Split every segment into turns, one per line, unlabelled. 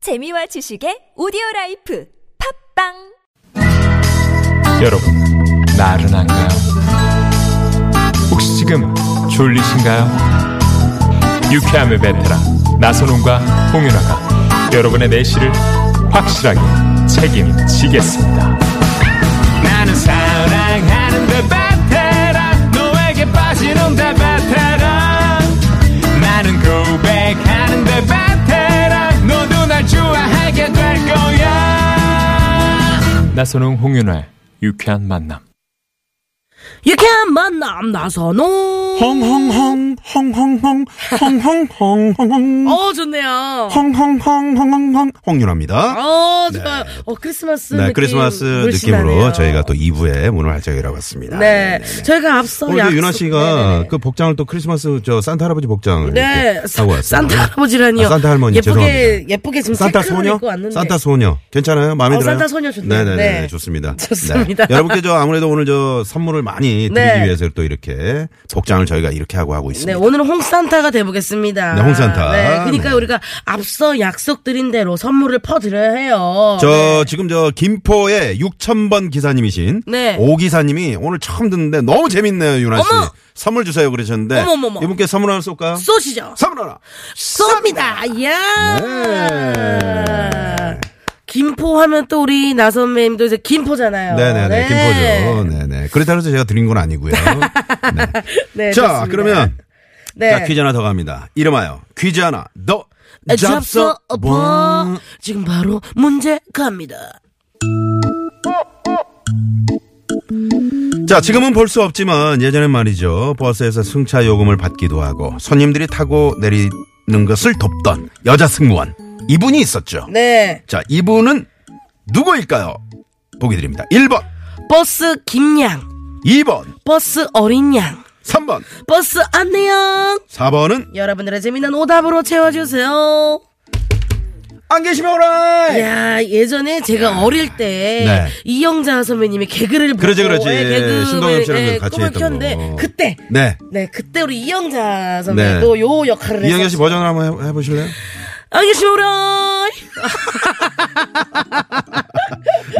재미와 지식의 오디오 라이프 팝빵
여러분, 나른한가요? 혹시 지금 졸리신가요? 유쾌함의 베테랑 나선홍과 홍윤아가 여러분의 내실을 확실하게 책임지겠습니다. 나는 사랑하는데 베테랑 너에게 빠지는데 베테랑 나는 고백하는데 베테랑 너도 날 좋아하게 될 거야. 나선홍 홍윤아의 유쾌한 만남.
유쾌한 만남 나선홍
홍홍홍 홍홍홍 홍홍홍홍홍
어 좋네요
홍홍홍홍홍홍 홍윤아입니다.
어 좋아요 어 크리스마스
네,
느낌
크리스마스
물씬
느낌으로
나네요.
저희가 또 2부에 문을 활짝 열어봤습니다.
네 저희가 앞서
오늘
약속-
그 윤아 씨가
네네네.
그 복장을 또 크리스마스 저 산타 할아버지 복장을
네
이렇게
사-
하고 왔어요.
산타 할아버지라니요
아, 산타 할머니
예쁘게
죄송합니다.
예쁘게 지금
산타
체크를
소녀?
입고 왔는데
산타 소녀. 괜찮아요? 마음에
어,
들어요?
산타 소녀 좋네요.
네네네.
네.
좋습니다.
좋습니다.
네. 여러분께 저 아무래도 오늘 저 선물을 많이 드리기
네.
위해서 또 이렇게 복장을 저희가 이렇게 하고 하고
네
있습니다.
오늘은 홍산타가 돼보겠습니다
네, 홍산타.
네 그러니까
네.
우리가 앞서 약속드린 대로 선물을 퍼드려야 해요
저 지금 저 김포의 6,000번 기사님이신
네.
오 기사님이 오늘 처음 듣는데 너무 재밌네요, 윤아 씨.
어머!
선물 주세요 그러셨는데
어머머머.
이분께 선물 하나 쏠까요?
쏘시죠
선물 하나.
쏩니다. 야.
네.
김포 하면 또 우리 나선배님도 이제 김포잖아요.
네네네,
네.
김포죠. 네네. 그렇다고 해서 제가 드린 건 아니고요. 네.
네,
자,
좋습니다.
그러면
네.
자, 퀴즈 하나 더 갑니다. 이름하여 퀴즈 하나 더
잡서
잡서
봐. 지금 바로 문제 갑니다.
자, 지금은 볼 수 없지만 예전엔 말이죠. 버스에서 승차 요금을 받기도 하고 손님들이 타고 내리는 것을 돕던 여자 승무원 이분이 있었죠.
네.
자, 이분은 누구일까요? 보기 드립니다. 1번,
버스 김양,
2번,
버스 어린 양,
3번,
버스 안내양.
4번은
여러분들의 재미난 오답으로 채워주세요.
안 계시면 오라!
야 예전에 제가 어릴 때
네.
이영자 선배님의 개그를 보고
그러지, 그러지.
예, 개그맨,
신동엽 씨랑
예,
같이
꿈을
했던
켰는데
거.
그때
네.
네, 그때 우리 이영자 선배도
네.
요 역할을
이영애 씨
했었어요.
버전을 한번 해- 해보실래요?
안녕하십니까?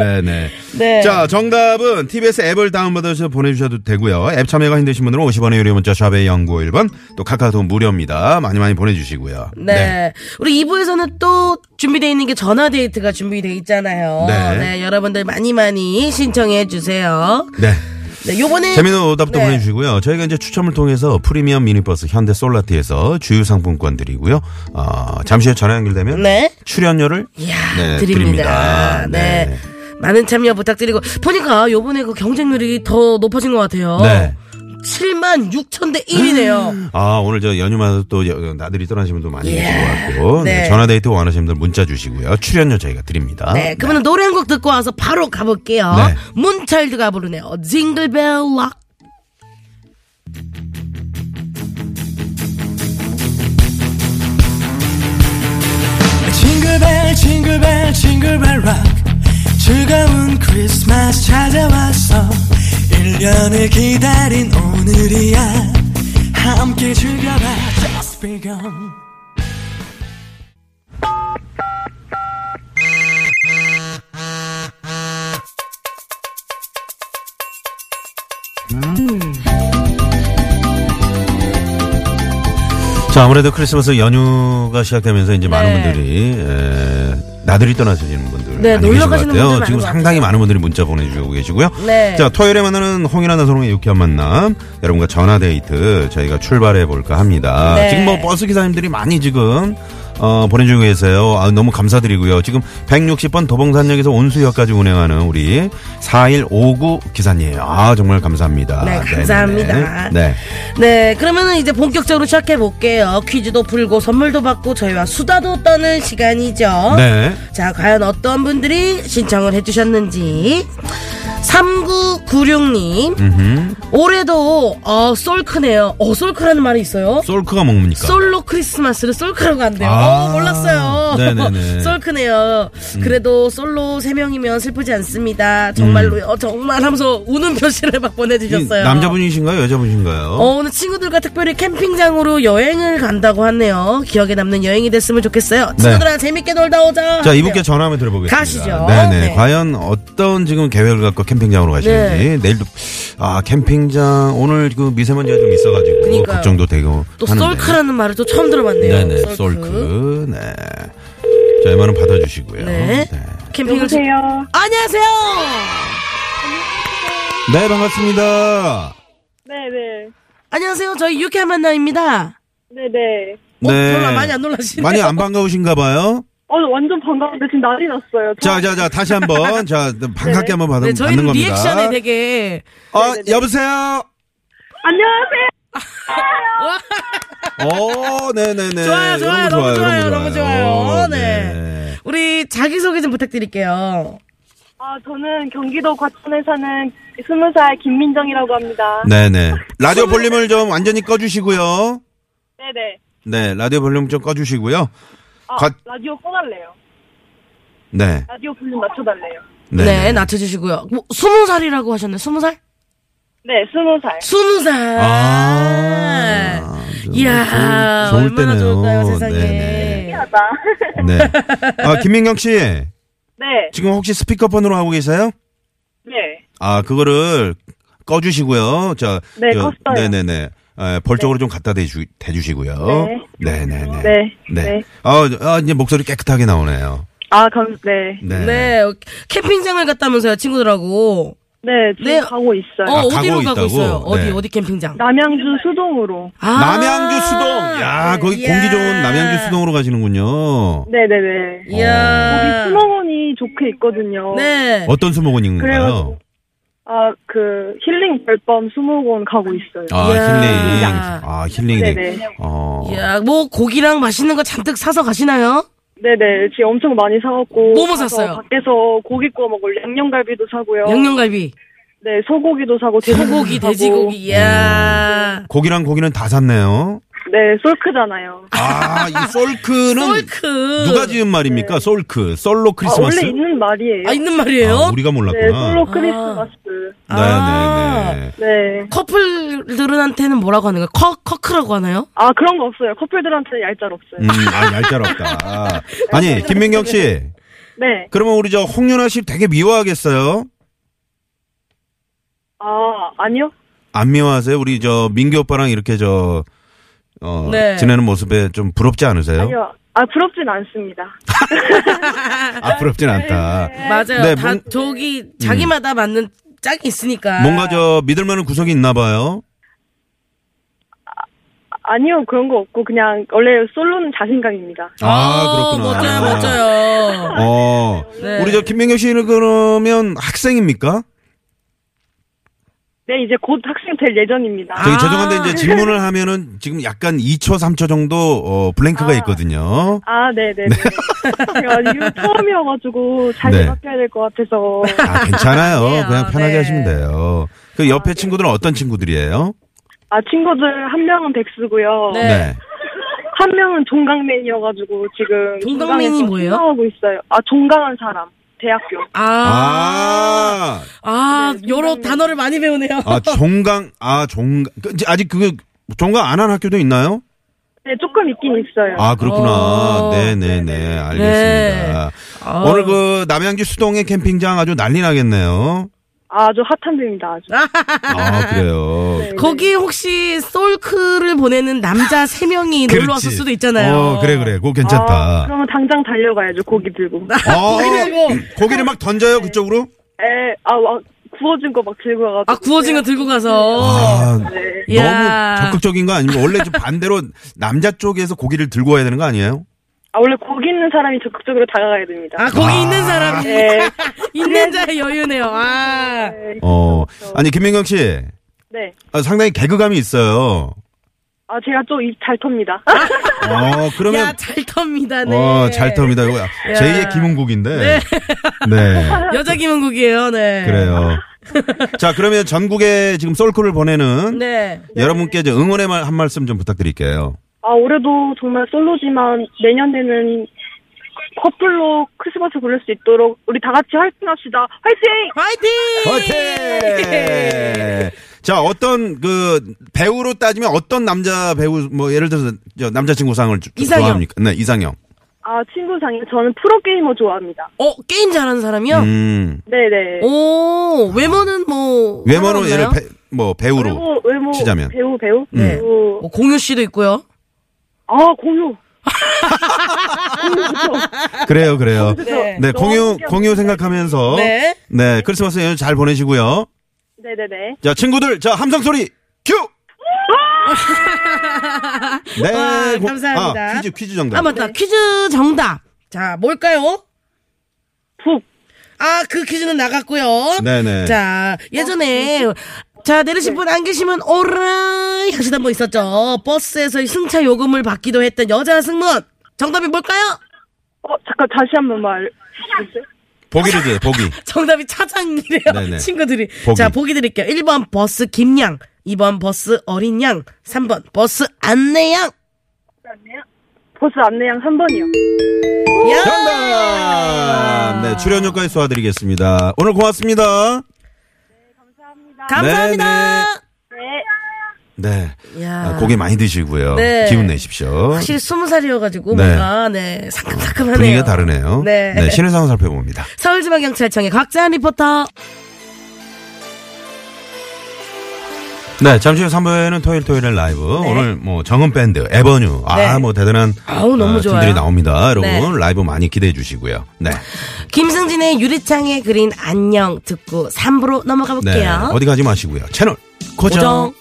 네네.
네.
자, 정답은 TBS 앱을 다운받아서 보내주셔도 되고요. 앱 참여가 힘드신 분들은 50원의 유료 문자 샵의 0951번 또 카카오톡 무료입니다. 많이 많이 보내주시고요.
네. 우리 2부에서는 또 준비되어 있는 게 전화데이트가 준비되어 있잖아요.
네.
여러분들 많이 많이 신청해 주세요.
네.
네, 요번에.
재미있는 오답도
네.
보내주시고요. 저희가 이제 추첨을 통해서 프리미엄 미니버스 현대 솔라티에서 주유 상품권 드리고요. 어, 잠시 후에 전화 연결되면
네.
출연료를
이야,
네,
드립니다.
드립니다.
네.
네.
많은 참여 부탁드리고, 보니까 요번에 그 경쟁률이 더 높아진 것 같아요.
네.
7만 6천 대 1이네요.
아 오늘 저 연휴마다 또 여- 나들이 떠나시는 분도 많이
예.
계신 것 같고 네,
네.
전화데이트 원하시는 분들 문자 주시고요. 출연료 저희가 드립니다.
네, 그러면 노래 한 곡 듣고 와서 바로 가볼게요.
네.
문차일드가 부르네요. 징글벨 락.
징글벨 징글벨 징글벨 락 즐거운 크리스마스 찾아왔어 1년을 기다린 오늘이야 함께 즐겨봐 Just begin
자 아무래도 크리스마스 연휴가 시작되면서 이제 많은
네.
분들이 에, 나들이 떠나시는 분들
네,
많이
놀러
계신 것
가시는
같아요.
분들 많은
지금
것
상당히 많은 분들이 문자 보내주고 계시고요.
네.
자 토요일에 만나는 홍이나 나선홍의 유쾌한 만남 여러분과 전화데이트 저희가 출발해 볼까 합니다.
네.
지금 뭐 버스 기사님들이 많이 지금 어, 보내주고 계세요. 아, 너무 감사드리고요. 지금 160번 도봉산역에서 온수역까지 운행하는 우리 4159 기사님. 아, 정말 감사합니다.
네,
네네네.
감사합니다.
네.
네, 그러면은 이제 본격적으로 시작해 볼게요. 퀴즈도 풀고 선물도 받고 저희와 수다도 떠는 시간이죠.
네.
자, 과연 어떤 분들이 신청을 해주셨는지. 3996님.
음흠.
올해도 어 솔크네요. 어 솔크라는 말이 있어요.
솔크가 뭡니까?
솔로 크리스마스를 솔크라고 한대요.
아.
어, 몰랐어요.
네네네. 음.
솔크네요. 그래도 솔로 세명이면 슬프지 않습니다. 정말로요. 정말 하면서 우는 표시를 막
이
보내주셨어요.
남자분이신가요? 여자분이신가요?
어, 오늘 친구들과 특별히 캠핑장으로 여행을 간다고 하네요. 기억에 남는 여행이 됐으면 좋겠어요. 친구들아 재밌게 놀다 오자.
네. 자, 이분께 전화 한번 드려보겠습니다.
가시죠.
네네.
네.
과연 어떤 지금 계획을 갖고 캠핑장으로 가시는지.
네.
내일도, 아, 캠핑장, 오늘 그 미세먼지가 좀 있어가지고.
그러니까요.
걱정도 되고.
또
하는데.
솔크라는 말을 또 처음 들어봤네요.
네네, 솔크. 네. 자, 이만은 받아주시고요.
네.
네.
캠핑을
여보세요.
안녕하세요.
네, 반갑습니다.
어,
네네.
안녕하세요. 저희 유쾌한 만남입니다.
네네.
어, 별로 많이 안 놀라시네요.
많이 안 반가우신가 봐요.
어, 완전 반가운데 지금 난리 났어요.
자,
저-
자, 자, 다시 한 번. 자, 반갑게 한번 받,
네,
받는
저희는 네,
겁니다.
리액션에 되게
어, 여보세요?
안녕하세요.
오, 어, 네네네.
좋아요, 좋아요,
이런 거
너무 좋아요, 너무 좋아요.
오,
네. 우리 자기소개 좀 부탁드릴게요.
아, 저는 경기도 과천에 사는 스무 살 김민정이라고 합니다.
네네. 라디오 볼륨을 좀 완전히 꺼주시고요.
네네.
네, 라디오 볼륨 좀 꺼주시고요.
아,
과-
라디오 꺼달래요.
네.
라디오 볼륨 낮춰달래요.
네, 낮춰주시고요. 뭐, 스무 살이라고 하셨나요? 스무 살?
네, 스무 살.
스무 살.
아.
이야,
좋을
얼마나
때네요.
좋을까요, 세상에.
네네.
하다.
네. 아, 김민경 씨.
네.
지금 혹시 스피커폰으로 하고 계세요?
네.
아, 그거를 꺼주시고요. 자.
네,
저-
껐어요.
네네네. 에, 벌 쪽으로 좀 갖다 대주, 대주시고요. 네. 네네
네.
네.
네.
아, 아, 이제 목소리 깨끗하게 나오네요.
아, 감, 네.
네.
네, 어, 캠핑장을 갔다면서요, 친구들하고.
네, 지금
네.
가고 있어요.
어, 어디로
아, 가고
가고,
있다고?
있어요? 어디,
네.
어디 캠핑장?
남양주 수동으로.
아. 예. 네.
남양주 수동. 야, 거기
이야.
공기 좋은 남양주 수동으로 가시는군요.
네네네.
이야.
수목원이 좋게 있거든요.
예. 네.
어떤 수목원인가요?
그래가지고. 아, 그, 힐링 별밤 수목원 가고 있어요.
아,
이야.
힐링.
이야.
아, 힐링이
네네.
되 어.
이야, 뭐, 고기랑 맛있는 거 잔뜩 사서 가시나요?
네네. 지금 엄청 많이 사갖고.
뭐뭐
가서
샀어요?
밖에서 고기 구워 먹을 양념갈비도 사고요.
양념갈비,
네, 소고기도 사고, 돼지고기도
소고기,
음.
사고.
돼지고기, 이야.
고기랑 고기는 다 샀네요.
네, 솔크잖아요.
아, 이 솔크는
솔크.
누가 지은 말입니까? 솔크. 솔로
아,
크리스마스.
원래 있는 말이에요.
아, 있는 말이에요?
아, 우리가
네, 솔로
몰랐구나.
크리스마스.
아.
네, 네, 네.
네.
커플들한테는 뭐라고 하는 거예요? 커, 커크라고 하나요?
아, 그런 거 없어요. 커플들한테 얄짤 없어요.
음, 아, 얄짤없다. 아니, 김민경 씨.
네.
그러면 우리 저 홍윤아 씨 되게 미워하겠어요?
아, 아니요?
안 미워하세요? 우리 저 민규 오빠랑 이렇게 저, 어,
네.
지내는 모습에 좀 부럽지 않으세요?
아니요. 아, 부럽진 않습니다.
아, 부럽진 않다.
맞아요.
네,
다
뭔-
저기 자기마다 맞는 짝이 있으니까.
뭔가 저 믿을 만한 구석이 있나 봐요.
아니요, 그런 거 없고, 그냥, 원래 솔로는 자신감입니다.
아,
어,
그렇구나.
멋져요, 멋져요.
어.
네.
우리 저 김민경 씨는 그러면 학생입니까?
네, 이제 곧 학생 될 예정입니다.
저기
아.
죄송한데 이제 질문을 하면은 지금 약간 2초, 3초 정도 어, 블랭크가 있거든요.
아, 네네네. 제가 이거 처음이어가지고 잘
네.
대답해야 될 것 같아서.
아, 괜찮아요.
아니에요.
그냥 편하게
네.
하시면 돼요. 그 옆에 친구들은 어떤 친구들이에요?
아, 친구들 한 명은 백수고요.
네.
한 명은 종강맨이어가지고 지금.
종강맨이
종강에서
뭐예요?
신청하고 있어요. 아, 종강한 사람. 대학교.
아,
아,
아, 여러 단어를 많이 배우네요.
아, 종강, 아, 종강. 그, 이제 아직 그게 종강 안 한 학교도 있나요?
네, 조금 있긴 있어요.
아, 그렇구나.
어.
네네네. 알겠습니다.
아,
오늘 그 남양주 수동의 캠핑장 아주 난리 나겠네요.
아주 핫한 데입니다, 아주.
아, 그래요.
네,
거기 혹시 솔크를 보내는 남자 세 명이 놀러 왔을
그렇지.
수도 있잖아요.
어, 그래, 그래. 그거
네.
괜찮다.
아, 그러면 당장 달려가야죠, 고기 들고.
어,
그리고
고기를 막 던져요, 그쪽으로?
에, 아, 와, 구워진 거 막 들고 와가지고.
아 구워진 거 들고 가서
아,
네.
어. 이야.
너무 적극적인 거 아니면 원래 좀 반대로 남자 쪽에서 고기를 들고 와야 되는 거 아니에요?
아, 원래 고기 있는 사람이 적극적으로 다가가야 됩니다.
아 거기 있는 사람이
네.
있는 자의 여유네요. 아
네.
어. 아니, 김민경 씨.
네.
아, 상당히 개그감이 있어요.
아, 제가 좀 입 잘 텁니다.
아.
어, 그러면
야, 잘 텁니다. 네.
어, 잘 텁니다. 이거 제2의 김은국인데. 네.
여자 김은국이에요. 네.
그래요. 자, 그러면 전국에 지금 솔크를 보내는
네.
여러분께 이제 응원의 말 한 말씀 좀 부탁드릴게요.
아, 올해도 정말 솔로지만 내년에는 커플로 크리스마스 보낼 수 있도록 우리 다 같이 활동합시다.
화이팅!
화이팅!
화이팅! 자, 어떤 그 배우로 따지면 어떤 남자 배우 뭐 예를 들어서 저 남자친구상을 주-
이상형.
좋아합니까? 네, 이상형.
아, 친구상에 저는 프로게이머 좋아합니다.
어, 게임 잘하는 사람이요?
음.
네네.
오, 외모는 뭐.
외모로
상관없나요?
예를 배, 뭐 배우로
외모, 외모,
치자면.
배우, 배우?
네.
배우.
뭐 공유 씨도 있고요.
아, 공유.
그래요, 그래요.
네.
네, 공유
너무
공유 생각하면서
네.
네, 크리스마스 연휴 잘 보내시고요.
네네네.
자, 친구들, 자, 함성 소리 큐! 네,
와, 감사합니다.
아, 퀴즈, 퀴즈 정답.
아, 맞다. 퀴즈 정답. 자, 뭘까요?
북.
아, 그 퀴즈는 나갔고요.
네네.
자, 예전에 자, 내리신 분 안 계시면 오라이 하시던 분 있었죠. 버스에서 이 승차 요금을 받기도 했던 여자 승무원. 정답이 뭘까요?
어, 잠깐 다시 한 번 말. 해주세요.
보기를 드요 보기.
정답이 차장이래요.
네네.
친구들이.
보기.
자, 보기 드릴게요. 1번 버스 김양, 2번 버스 어린 양, 3번 버스 안내양.
버스 안내양 3번이요.
야! 아.
정답! 네, 출연료까지 쏘아드리겠습니다. 오늘 고맙습니다.
감사합니다.
네.
네.
야.
아, 고기 많이 드시고요.
네.
기운 내십시오.
확실히 스무 살이어가지고
네.
뭔가 네 상큼상큼하네요.
분위기가 다르네요.
네.
신의 상황 살펴봅니다.
서울지방경찰청의 곽재한 리포터.
네, 잠시 후 3부에는 토요일 토요일에 라이브. 오늘 뭐 정은 밴드, 에버뉴. 아,
네.
뭐 대단한
아우, 너무
어,
좋아요.
팀들이 나옵니다. 여러분,
네.
라이브 많이 기대해 주시고요. 네.
김승진의 유리창에 그린 안녕 듣고 3부로
네.
넘어가 볼게요.
어디 가지 마시고요. 채널 고정.
고정.